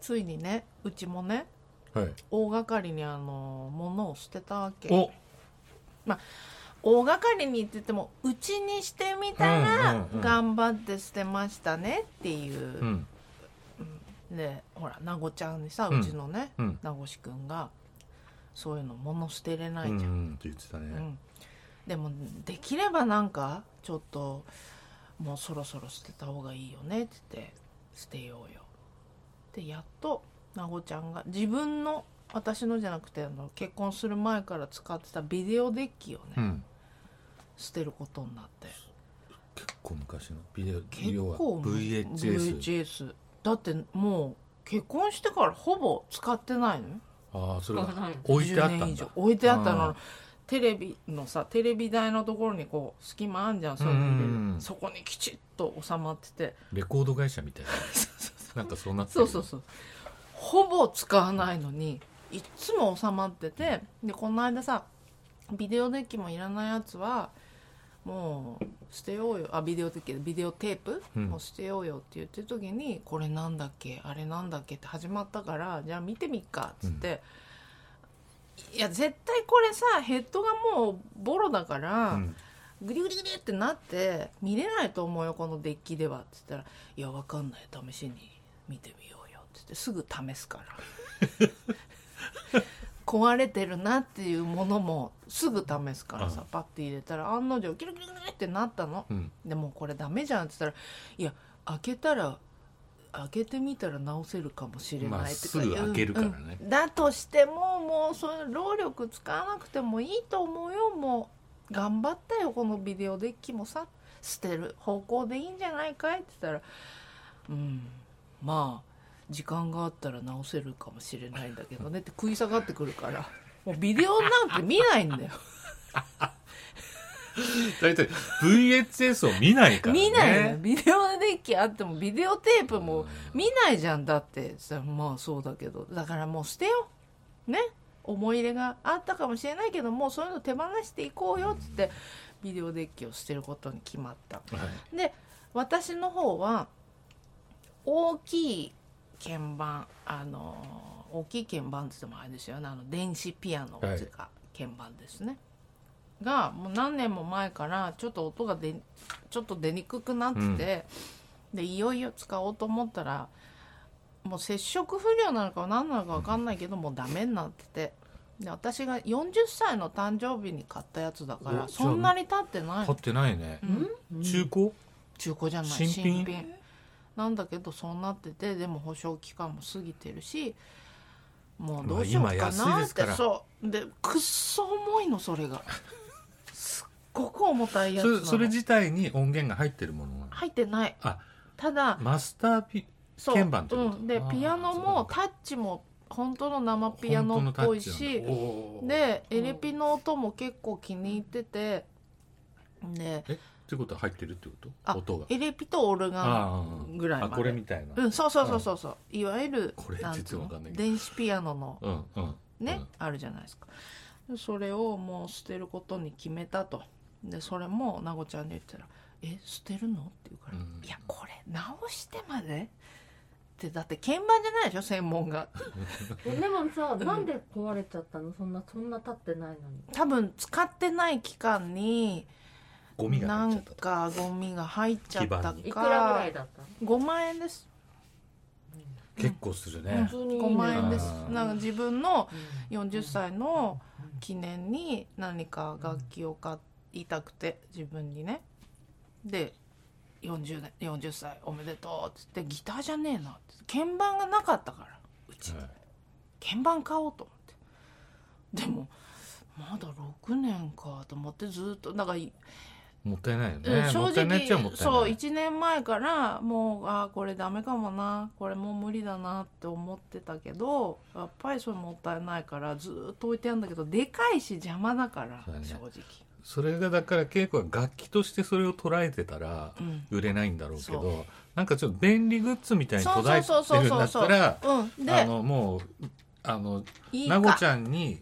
ついにねうちもねはい。大掛かりにあの物を捨てたわけお、大掛かりにって言ってもうちにしてみたうんらうんうん頑張って捨てましたねっていうう、ん、でほらなごちゃんにさうんうちのね、うん、名越くんがそういうの物捨てれなういじゃん、ん、って言ってたうね。んでもできればなんかちょっともうそろそろ捨てた方がいいよねって言って捨てようよでやっとなごちゃんが自分の私のじゃなくてあの結婚する前から使ってたビデオデッキをね、うん、捨てることになって結構昔のビデオ、結要は構 VHS。 VHS だってもう結婚してからほぼ使ってないのよああ、それ使わがない置いてあっ10た年以ん上だ。置いてあったうのんテレビのさテレビ台のところにこう隙間あんじゃんそういうの入れる、うんうんうんそこにきちっと収まっててレコード会社みたいな。なんかそうなってそるうそうそうほぼ使わないのにいっつも収まっててでこの間さビデオデッキもいらないやつはもう捨てようよあビデオデッキビデオテープ、うんもう捨てようよって言ってる時にこれなんだっけあれなんだっけって始まったからじゃあ見てみっかっつって、いや絶対これさヘッドがもうボロだから、うん。グリグリグリってなって見れないと思うよこのデッキではって言ったら「いやわかんない試しに見てみようよ」って言ってすぐ試すから 壊れてるなっていうものもすぐ試すからさうんパッて入れたら案の定ギリギリギリってなったのうん。でもうこれダメじゃんって言ったら「いや開けたら開けてみたら直せるかもしれまなあい」ってすぐ開けるからねうんだとしてももうその労力使わなくてもいいと思うよもう頑張ったよこのビデオデッキもさ捨てる方向でいいんじゃないかいって言ったら「うんまあ時間があったら直せるかもしれないんだけどね」って食い下がってくるからもうビデオなんて見ないんだよ大体 VHS を見ないからね。見ないのよビデオデッキあってもビデオテープも見ないじゃんだってさまあそうだけどだからもう捨てようね思い入れがあったかもしれないけどもうそういうの手放していこうよっつってビデオデッキを捨てることに決まったはい。で私の方は大きい鍵盤あの大きい鍵盤って言ってもあれですよねあの電子ピアノっていうか、鍵盤ですねがもう何年も前からちょっと音が出ちょっと出にくくなってて、でいよいよ使おうと思ったらもう接触不良なのか何なのか分かんないけどもうダメになってて。で私が40歳の誕生日に買ったやつだかおじゃあらそんなに経ってない買ってないねう。ん中古中古じゃない新新品品なんだけどそうなっててでも保証期間も過ぎてるしもうどうしようかまあ今安いなでっすて、からそうでくっそ重いのそれがすっごく重たいやつなそのそれ自体に音源が入ってるものが入ってないあただマスターピそう鍵盤ってことうん、であーピアノそうもかタッチも本当の生ピアノっぽいしででエレピの音も結構気に入っててでってことは入ってるってこあと音がエレピとオルガあンぐらいまあでこれみたいなうん、そうそうそうそうそう、いわゆるこれなんつうの実はわかんないけど電子ピアノのうんうんね、あるじゃないですかそれをもう捨てることに決めたとでそれもなごちゃんに言ったら「え捨てるの?」って言うから「うんいやこれ直してまで?」ってだって鍵盤じゃないでしょ専門がえでもさ、うんなんで壊れちゃったのそんなそんな経ってないのに多分使ってない期間にゴミがな入っんちゃったとかゴミが入っちゃった基いくらかぐらいだったの5万円です結構するね通にいいね5万円ですあーなんか自分のう40歳の記念に何か楽器を買いたくて自分にねで 40, 年40歳おめでとうっつってギターじゃねえなっつって鍵盤がなかったからうちにはい鍵盤買おうと思ってでもまだ6年かと思ってずっとだからもったいないうよんね正もったいないっちゃも直ったいそうない1年前からもうあーこれダメかもなこれもう無理だなって思ってたけどやっぱりそれもったいないからずーっと置いてあるんだけどでかいし邪魔だからそうだね正直それがだから稽古は楽器としてそれを捉えてたらうん売れないんだろうけそどなんかちょっと便利グッズみたいにそ途うそ絶うそうえてそうんそうそるだったうらうんあでのもうあのいいなごちかゃんに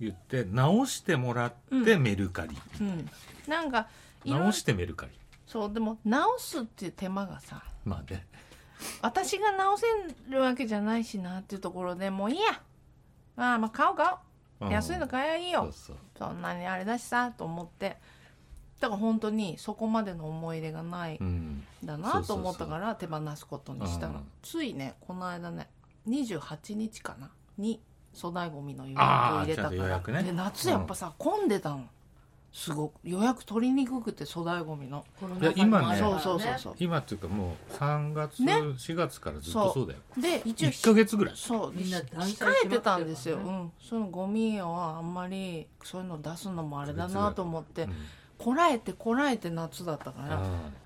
言って直してもらってメルカリ、うんなんかいろいろ直してメルカリそうでも直すっていう手間がさまあね私が直せるわけじゃないしなっていうところでもういいやああまあ買おう買おう安いの買えばいいそようそうそんなにあれだしさと思ってだから本当にそこまでの思い入れがないうんんだそなうとそうそう思ったから手放すことにしたうのんついねこの間ね28日かなに粗大ごみの予約をああ入れたかちゃんと予ら、約ねで夏やっぱさ、混んでたのすごく予約取りにくくて粗大ごみの、コロいや今ねそうそうそうそう今っていうかもう3月、ね4月からずっとそうだよで一応1か月ぐらいそうみんな断捨離し控まくってるからねえてたんですよ、うん、そのゴミはあんまりそういうの出すのもあれだなと思ってうんこらえてこらえて夏だったからあ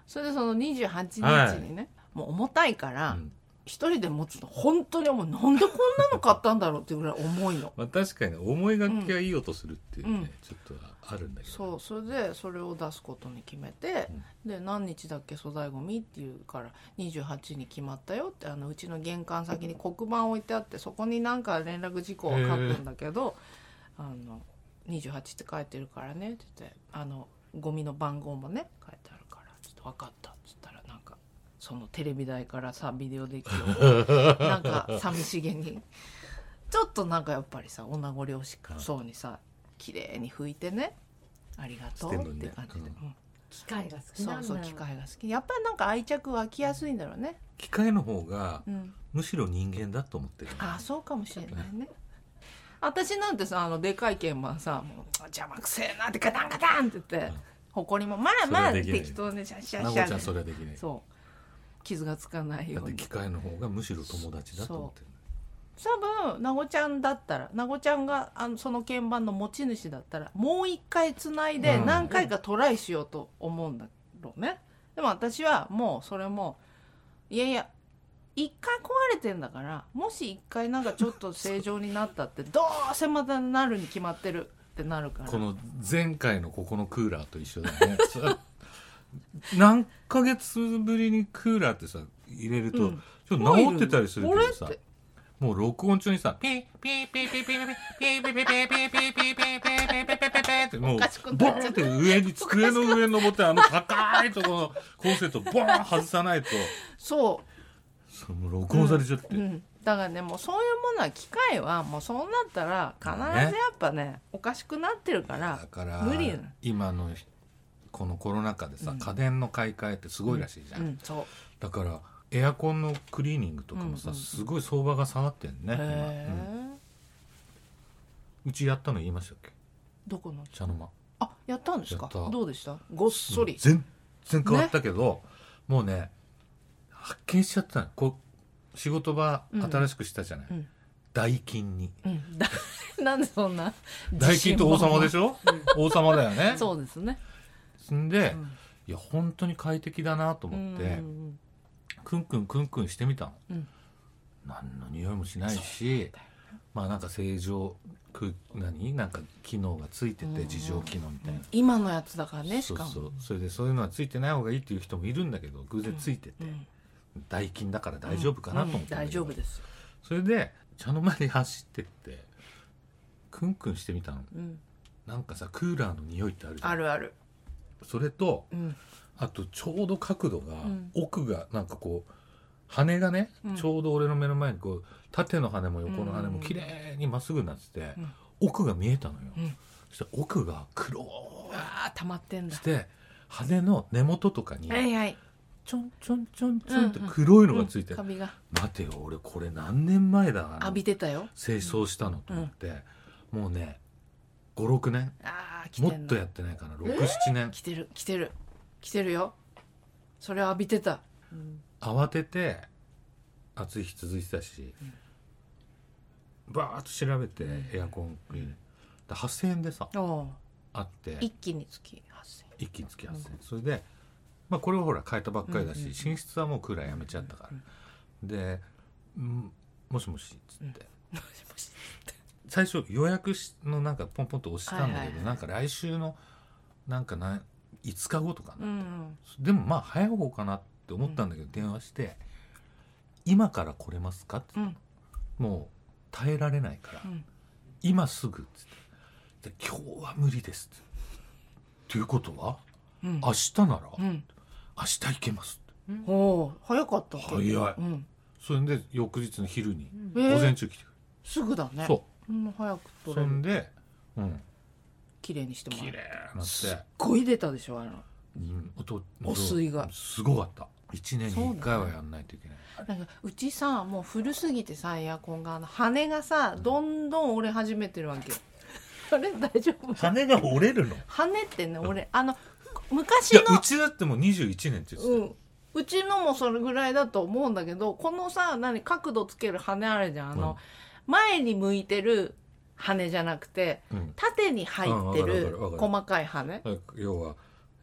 それでその28は日いにね、もう重たいかあらうん一人で持つと本当にもうなんでこんなの買ったんだろうっていうぐらい重いのまあ確かに思いがけがいい音するっていうね、うんちょっとあるんだけどそうそれでそれを出すことに決めて、で何日だっけ粗大ゴミっていうから28に決まったよってあのうちの玄関先に黒板置いてあってそこになんか連絡事項を書くんだけど「あの28って書いてるからね」って言ってあのゴミの番号もね書いてあるからちょっと分かったっつったらなんかそのテレビ台からさビデオデッキをなんか寂しげにちょっとなんかやっぱりさ女子漁師かそうにさ綺麗に拭いてねありがとうっていう感じで、してんのうん機械が好きそなうんだそう機械が好きやっぱりなんか愛着湧きやすいんだろうね、機械の方がうん、むしろ人間だと思ってるああそうかもしれないね私なんてさあのでかい鍵盤さもう邪魔くせえなってガタンガタンって言ってうん埃もまあまあそれはできない適当でシャッシャなッごシちャゃんそそうれはできない傷がつかないだよっうてに機械の方がむしろ友達だと思ってる多分なごちゃんだったらなごちゃんがあのその鍵盤の持ち主だったらもう一回つないでうん何回かトライしようと思うんだろうね、でも私はもうそれもいやいや一回壊れてんだからもし一回なんかちょっと正常になったってどうせまたなるに決まってるってなるからこの前回のここのクーラーと一緒だよねさ何ヶ月ぶりにクーラーってさ入れると、うんちょっと治ってたりするけどさこれってもう録音中にさピーピーピーピーピーピーピーピーピーピーピーピーピーピーピーピーピーピーピーピーってもうおかしくボなっちーンって上に机の上に登ってあの高いところのコンセントボーン外さないとそその録音されちゃって、う、うん、だからねもうそういうものは機械はもうそうなったら必ずやっぱねおかしくなってるからだから無理なの今のこのコロナ禍でさ、家電の買い替えってすごいらしいじゃん、うんそうだからエアコンのクリーニングとかもさ、うんうんすごい相場が下がってんね、今へえ、うんうちやったの言いましたっけどこの茶の間あやったんですかやったどうでしたごっそり、全然変わったけど、もうね発見しちゃったのこう仕事場新しくしたじゃない、うん代金にうんだなんで そん な代金って王様でししょ王様だよね そうですねんで、んいや本当に快適だなと思って、うんクンクンクンクンしてみたの、うん何の匂いもしないしまあなんか正常く何なんか機能がついてて自浄機能みたいな、今のやつだからねしそうかもそうそれでそういうのはついてない方がいいっていう人もいるんだけど偶然ついてうて、ん代金だから大丈夫かなと思って、うん大丈夫ですよ、それで茶の間に走ってってクンクンしてみたのうん、なんかさクーラーの匂いってあるじゃんあるある、それとうん、あとちょうど角度が、ん奥がなんかこう羽がね、うんちょうど俺の目の前にこう縦の羽も横の羽うんも綺麗にまっすぐになってて、うん奥が見えたのよ、うんそして奥が黒ああ溜まってんくだして羽の根元とかにはいはいちょんちょんちょんちょんって黒いのがついて、うんカビが待てよ俺これ何年前だ浴びてたよ清掃したのと思って、もうね56年ああ来もてっんとのやってないかな67年来てる来てる来てるよそれ浴びてた、うん慌てて暑い日続いてたし、バーッと調べてエアコン、で8,000円でさおうあって一気につき8000一気につき8,000円、それで、まあ、これはほら変えたばっかりだし、寝室はもうクーラーやめちゃったから、で、うん「もしもし」っつって、もしもし最初予約しのなんかポンポンと押したんだけど、はいはいはいなんか来週のなんかな5日後とか うな、んでもまあ早い方かなって思ったんだけど、電話して「今から来れますか?」ってうんもう耐えられないから、うん今すぐっつってで今日は無理ですってということは、うん明日なら、うん明日行けますっておお早かった早いうん、それで翌日の昼にえ午ー前中来てくすぐだれねるそうん、早くう取それるんでうん綺麗にしても綺ら麗うなって5位出たでしょあれのうん音お水がすごかった一年に一回はやんないといけないなんかうちさもう古すぎてさエアコンがあの羽がさどんどん折れ始めてるわけよ あれ大丈夫羽が折れるのい羽ってね俺あの昔やのうちだってもう21年って言ってたうん、うちのもそれぐらいだと思うんだけどこのさ何角度つける羽あるじゃんあの、前に向いてる羽じゃなくてうん縦に入ってうんわかるわかるるわかる細かい羽要は、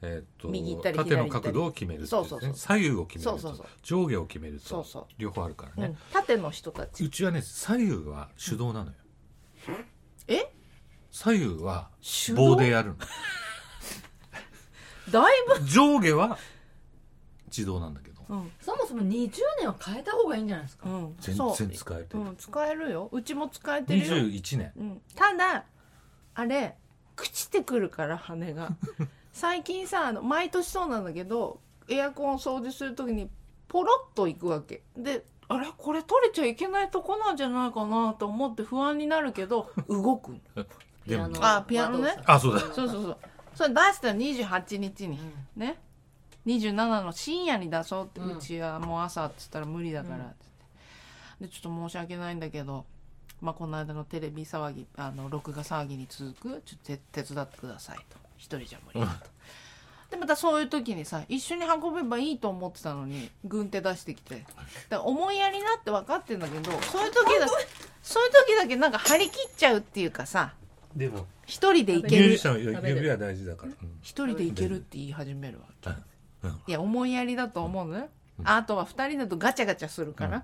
えーっと右行ったり縦の左行った角り度を決めるってそうそうそう左右を決めるとそうそうそう上下を決めるとそうそう両方あるからうね、ん、縦の人たうちちはね左右は手動なのよえ左右は手動棒でやるのだい上下は自動なんだけどぶ、うんそもそも20年は変えた方がいいんじゃないですか、うん、全そう然使えてるうん、使えるようちも使えてるよ、 21年うん、ただあれ朽ちてくるから羽 が最近さあの毎年そうなんだけどエアコンを掃除する時にポロッといくわけであれこれ取れちゃいけないとこなんじゃないかなと思って不安になるけど動くのでもピアノあピアノねあそうだそうそうそうそれ出したら28日にね27の深夜に出そうって、ううんちはもう朝っつったら無理だからうんっつって、でちょっと申し訳ないんだけど、まあ、この間のテレビ騒ぎあの録画騒ぎに続くちょっと手手伝ってくださいと一人じゃ無理だと。でまたそういう時にさ一緒に運べばいいと思ってたのに軍手出してきてだから思いやりなって分かってんだけどそういう時だけそういう時だけなんか張り切っちゃうっていうかさでも一人でいミけューるジシャン食はべる指は大事だから、一人でいけるって言い始めるわけうんうんいや思いやりだと思うのね、あとは2人だとガチャガチャするから、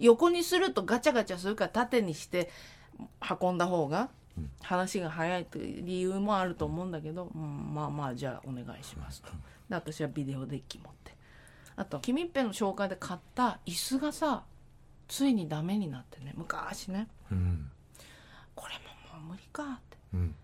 横にするとガチャガチャするから縦にして運んだ方がうん話が早いという理由もあると思うんだけど、うん、まあまあじゃあお願いしますとで私はビデオデッキ持ってあと君っぺの紹介で買った椅子がさついにダメになってね昔ねうんこれももう無理かってうん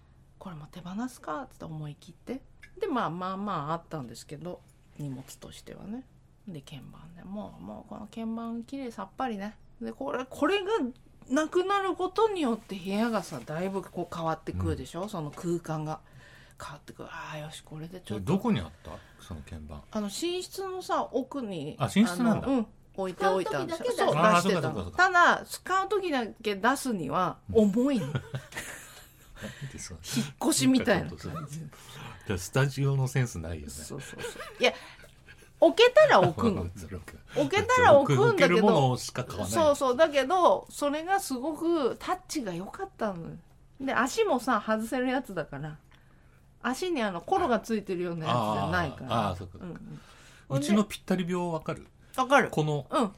これも手放すかって思い切ってでまあまあまああったんですけど荷物としてはねで鍵盤ねもうもうこの鍵盤綺麗さっぱりねでこれこれがなくなることによって部屋がさだいぶこう変わってくるでしょ、その空間が変わってくるああよしこれでちょっどとこにあったその鍵盤あの寝室のさ奥にあ寝室なんだあのうん置いておいたんですよ使うそう時だけ出だよしてたあーそうかのそうかただ使う時だけ出すには重いの 引っ越しみたいな感じスタジオのセンスないよねそうそうそう。いや、置けたら置く の。置けたら置くんだけど、しか買そうそう、だけど、それがすごくタッチが良かったのよ。で、足もさ、外せるやつだから、足にあの、コロがついてるようなやつじゃないかあーら。あーそうかんんうちのぴったり病わかるわかる。このうん。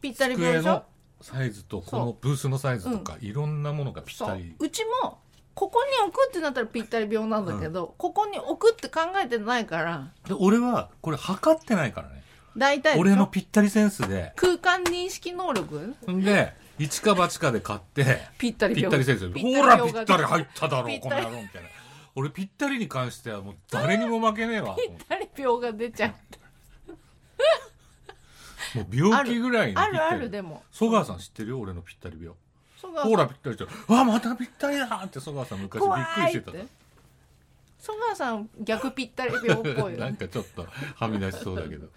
ぴったり病机でしょのサイズとこのブースのサイズとかいろんなものがぴっそたうり。うちも、ここに置くってなったらぴったり病なんだけど、ここに置くって考えてないから、で俺はこれ測ってないからね大体でしょ俺のぴったりセンスで空間認識能力んで一か八かで買ってぴったりぴっ病たりセンスでぴっほたらり病ぴっがたり入っただろぴうっこたのり野郎みたいな俺ぴったりに関してはもう誰にも負けね えわと思っぴてったり病が出ちゃうもう病気ぐらいのあぴっるたありるでも曽川さん知ってるよ俺のぴったり病そがほらぴったりしてるあまたぴったりだって曽川さん昔びっ怖くりしいっててたから曽川さん逆ぴったり病っぽい よなんねかちょっとはみ出しそうだけど、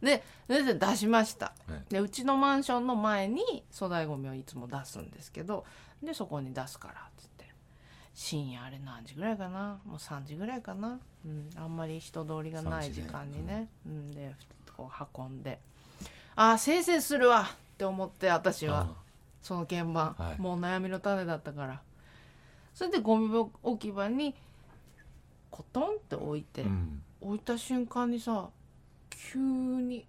ででで出しましたねでうちのマンションの前に粗大ごみをいつも出すんですけどでそこに出すからっつって深夜あれ何時ぐらいかなもう3時ぐらいかな、うん、あんまり人通りがない時間にね、うん、でこう運んでああせいせいするわって思って私は。その鍵盤、はいもう悩みの種だったからそれでゴミ置き場にコトンって置いて、うん、置いた瞬間にさ急に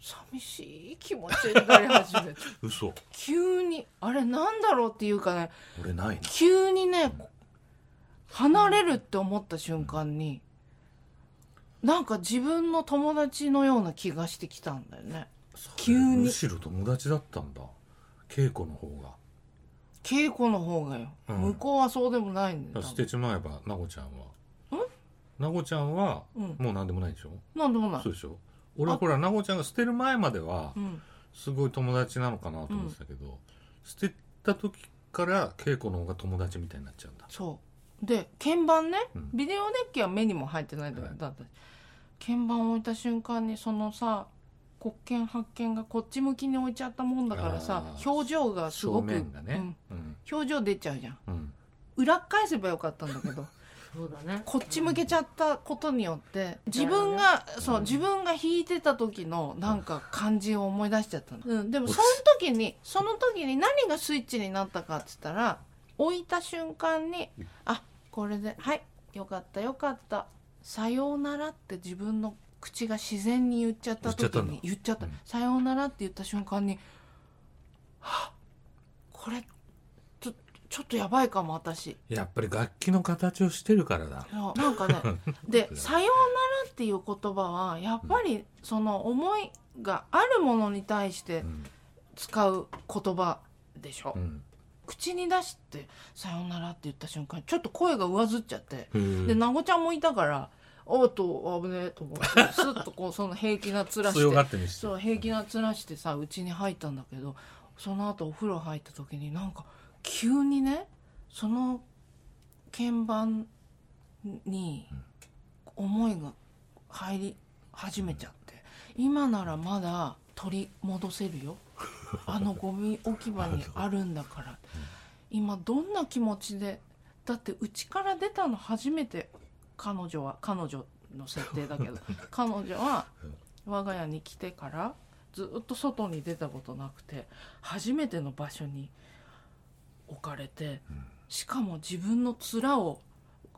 寂しい気持ちになり始 めて嘘急にあれなんだろうっていうかね俺ない急にね離れるって思った瞬間になんか自分の友達のような気がしてきたんだよね急にむしろ友達だったんだ稽古の方稽古の方がよ、うん向こうはそうでもないんだがよしてちまえばなごちゃんはんなごちゃんはうんもう何でもないでしょ、なんでもないそうでしょ俺はほら奈穂ちゃんが捨てる前まではうんすごい友達なのかなと思ってたけど、捨てた時から恵子の方が友達みたいになっちゃうんだそうで鍵盤ね、うんビデオデッキは目にも入ってないだはいだったし鍵盤を置いた瞬間にそのさ黒鍵発見がこっち向きに置いちゃったもんだからさあー表情がすご正く、面がねうんうん表情出ちゃうじゃんうん裏返せばよかったんだけどそうだねこっち向けちゃったことによって自分が、そう自分が弾いてた時のなんか感じを思い出しちゃったの、うん、でもその時にその時に何がスイッチになったかっつったら置いた瞬間にあこれではいよかったよかったさようならって自分の口が自然に言っちゃった時に言っちゃったうんさようならって言った瞬間にはあこれちょちょっとやばいかも私やっぱり楽器の形をしてるからだそうなんかねで「さようなら」っていう言葉はやっぱりその思いがあるものに対してうん使う言葉でしょ、うん口に出して「さようなら」って言った瞬間ちょっと声が上ずっちゃってへーでなごちゃんもいたから「おっと危ねえ」と思ってスッとこうその平気な面して強がってみせてそう平気な面してさうちに入ったんだけどその後お風呂入った時になんか急にねその鍵盤に思いが入り始めちゃって今ならまだ取り戻せるよあのゴミ置き場にあるんだから今どんな気持ちでだってうちから出たの初めて彼女は彼女の設定だけど彼女は我が家に来てからずっと外に出たことなくて初めての場所に置かれてしかも自分の面を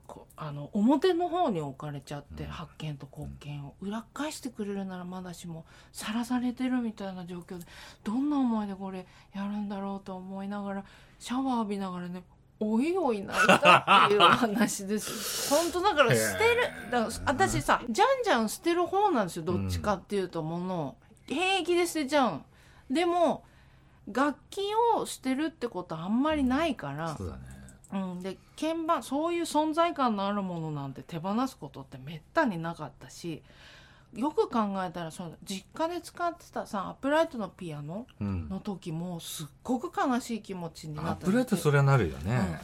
こうあの表の方に置かれちゃって、発見と黒見を裏返してくれるならまだしもさらされてるみたいな状況でどんな思いでこれやるんだろうと思いながらシャワー浴びながらねおいおい泣いたっていうお話です 本当だから捨てるだから私さじゃんじゃん捨てる方なんですよどっちかっていうとものを平気で捨てちゃうのでも楽器を捨てるってことあんまりないからそうだねうん、で鍵盤そういう存在感のあるものなんて手放すことってめったになかったしよく考えたらその実家で使ってたさアップライトのピアノうんの時もすっごく悲しい気持ちになアッったプライトそれはなるよね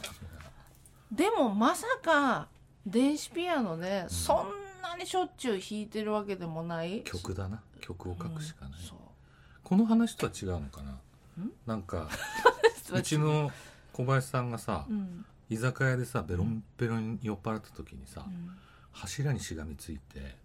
でもまさか電子ピアノでそんなにしょっちゅう弾いてるわけでもない曲だな曲を書くしかないそうこの話とは違うのかななんかうちの小林さんがさうん居酒屋でさベロンベロンに酔っ払った時にさうん柱にしがみついて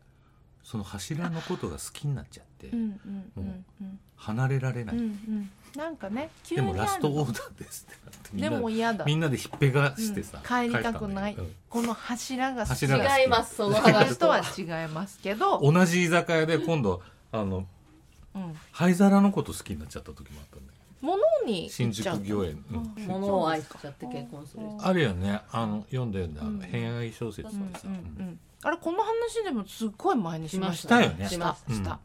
その柱のことが好きになっちゃってうんうんうんうん離れられなうんういんなんかね急でにあもるラストオーダーですってなってみんでなも嫌だみんなでひっぺがしてさうん帰りた帰ったくんなだいけどうんこの柱が好き柱が好き違いますその私話ととはは 違いますけど、同じ居酒屋で今度あのうん、灰皿のこと好きになっちゃった時もあったんだよ物に行っ新ちゃう宿御苑、うんうん物を愛しちゃって結婚する人あるよねあの読んだよねうあんの恋愛小説とうんうんかさ、うん、あれこの話でもすっごい前にしましたしたよねししたまうんした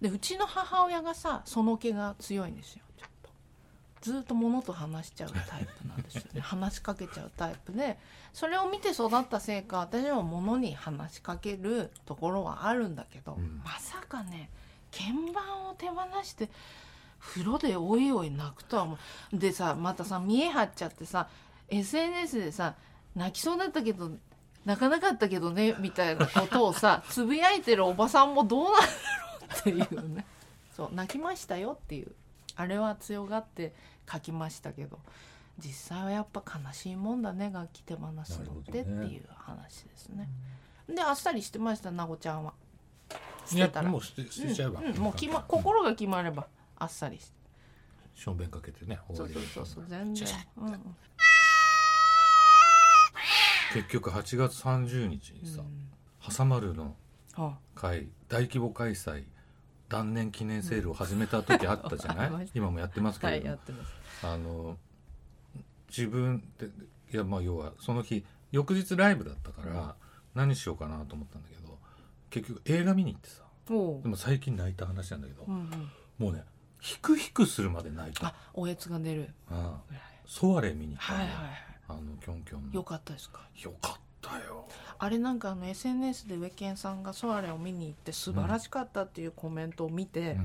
でうちの母親がさその気が強いんですよちょっとずっと物と話しちゃうタイプなんですよ ね話しかけちゃうタイプでそれを見て育ったせいか私も物に話しかけるところはあるんだけど、うんまさかね鍵盤を手放して風呂でおいおい泣くとは思うでさまたさ見え張っちゃってさ SNS でさ泣きそうだったけど泣かなかったけどねみたいなことを さつぶやいてるおばさんもどうなんだろうっていうねそう泣きましたよっていうあれは強がって書きましたけど実際はやっぱ悲しいもんだね楽器手放すのってっなるてほどねいう話ですね。であっさりしてましたなごちゃんは。捨いてやたらもう捨て捨てちゃえば、うんうんもう決ま心が決まればあっさりしてしょんべんかけてね終そわうりそうそうそう全然、うんうん、結局8月30日にうさ、んはさまるのあ会大規模開催断念記念セールを始めた時あったじゃない、うん今もやってますけはれいども、やってますあの自分でいやまあ要はその日翌日ライブだったから何しようかなと思ったんだけど結局映画見に行ってさおおでも最近泣いた話なんだけど、う、うんうん、もうねヒクヒクするまで泣いたあおやつが出るうんぐらいソワレ見に行ったはのいはよいはあのキョンキョンいよのかったですかよかったよあれなんかあの SNS で植健さんがソアレを見に行って素晴らしかったっていうコメントを見て、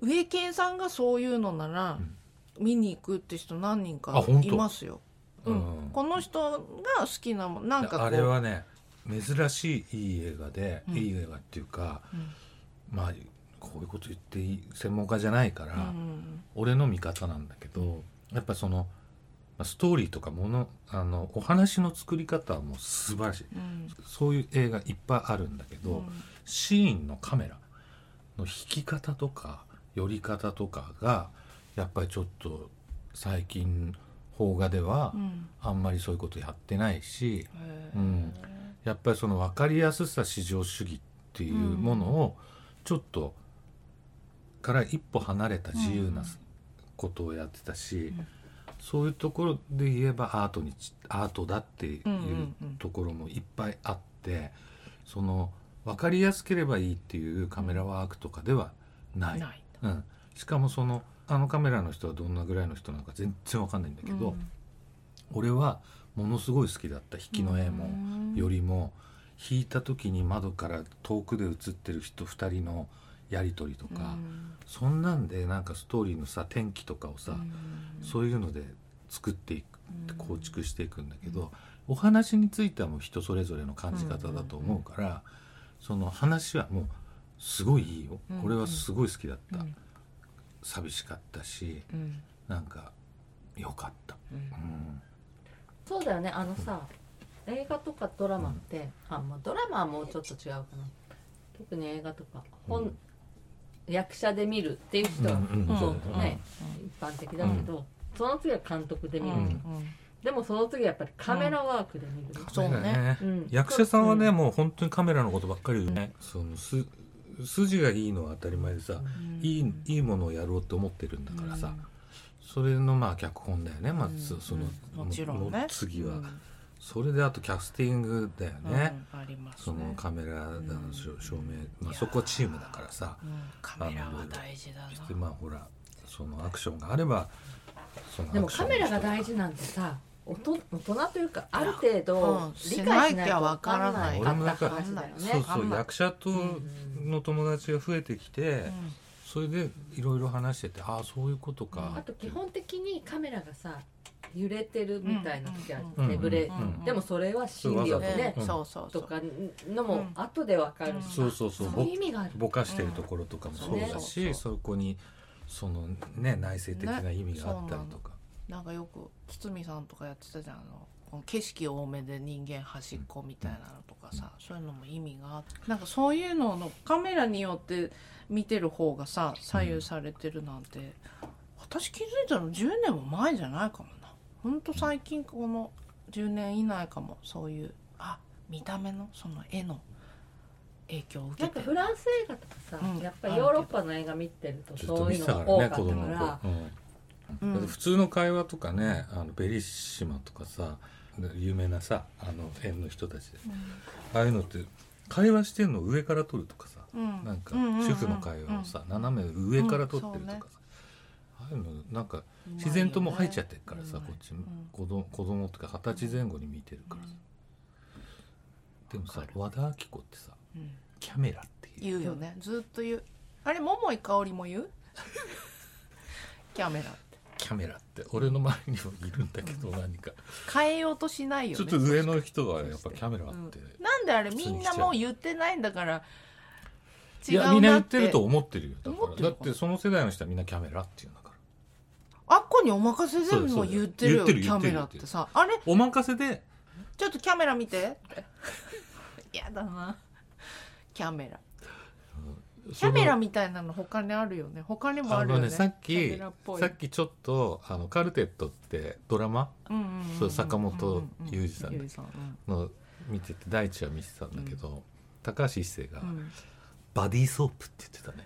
植健さんがそういうのならうん見に行くって人何人あか本当いますよ。ううんん、この人が好きなもんなんかこうあれはね珍しいいい映画で、うんいい映画っていうかうんまあこういうこと言っていい専門家じゃないから、うん俺の見方なんだけどやっぱそのまあストーリーとかものあのお話の作り方はもう素晴らしいうんそういう映画いっぱいあるんだけど、うんシーンのカメラの引き方とか寄り方とかがやっぱりちょっと最近邦画ではうんあんまりそういうことやってないし、へうーん、やっぱりその分かりやすさ至上主義っていうものをちょっとから一歩離れた自由なことをやってたし、んそういうところで言えばアートにちアートだっていうんうんうんところもいっぱいあって、その分かりやすければいいっていうカメラワークとかではない。ないうん、しかもそのあのカメラの人はどんなぐらいの人なのか全然わかんないんだけど、俺はものすごい好きだった引きの絵も。よりも引いた時に窓から遠くで映ってる人2人のやり取りとか、そんなんでなんかストーリーのさ天気とかをさ、そういうので作っていく構築していくんだけど、お話についてはもう人それぞれの感じ方だと思うから、その話はもうすごいいいよ、うん俺はすごい好きだった、うん寂しかったしうんなんかよかった、うんうんそうだよねあのさ映画とかドラマってあまあドラマはもうちょっと違うかな特に映画とかう本ん役者で見るっていう人はうんうんもそううだねね一般的だけどその次は監督でう見んうるんでもその次はやっぱりカメラワークで見るそうねだうん役者さんはね、うもう本当にカメラのことばっかり言うね、そのす筋がいいのは当たり前でさ、うんいいいいものをやろうと思ってるんだからさ、それのまあ脚本だよねまず、うんその、うんもちろんねもう次は、うんそれであとキャスティングだよね、うんありますそのねカメラだの、しょ照明、まいやあ、ーそこはチームだからさうんカメラは大事だなそしてまあほらそのアクションがあればそのでもカメラが大事事なんてさ大人大人というかある程う度ん理解しないと分からない俺もかなっんたか話だよそうね。あそんうま役者との友達が増えてきて、うんそれでいろいろ話しててああそういうことか、あと基本的にカメラがさ揺れてるみたいな時あるうん手ぶれうんうんでもそれは心理よわざとねねう、んそうそうそとうかのも後で分かるしそうそうそうそういう意味があるぼぼかしてるところとかもそうだし、うんそこにそのね内省的な意味があったりとか、なんかよく堤さんとかやってたじゃんあのこの景色多めで人間端っこみたいなのとかさ、そういうのも意味があってなんかそういうののカメラによって見てる方がさ左右されてるなんて、私気づいたの10年も前じゃないかもなほんと最近この10年以内かもそういうあ見た目のその絵の影響を受なけんかてフランス映画とかさ、うんやっぱりヨーロッパの映画見てるとずっとそう見いてうたのからが多ねかったか子供の頃ら、、うんうだって普通の会話とかねあのベリッシマとかさ有名なさあの縁の人たちでああいうのって会話してんの上から撮るとかさ、うんなんかううう主婦の会話をさ、斜め上から撮ってるとかさ、ああいうのなんか自然ともう入っちゃってるからさ、うまいこよねっちうもん子供子供とか二十歳前後に見てるからさ、でもさわかる和田アキ子ってさうんキャメラってい言ううよねずっと言うあれ桃井かおりも言う キャメラってキャメラって俺の周りにもいるんだけど何か、変えようとしないよちょねっと上の人はやっぱキャメラって、なんであれみんなもう言ってないんだからい違うやなみっんてな言ってると思ってるよだ思かってらだるっかてその世代の人はみんなキャメラっていうんだからあっこにお任せ全そ部うだそうだ言ってるよ言ってるキ言ャってるメラってさあれお任せでちょっとキャメラ見てやだなキャメラキャメラみたいなの他にあるよね他にもああるよのねねさっキャきメラぽいさっきちょっとあのカルテットってドラマうんうんうんうんそう坂本雄二さんだ雄二さんうんの見てて大地は見てたんだけど、高橋一生がうんバディーソープって言ってたね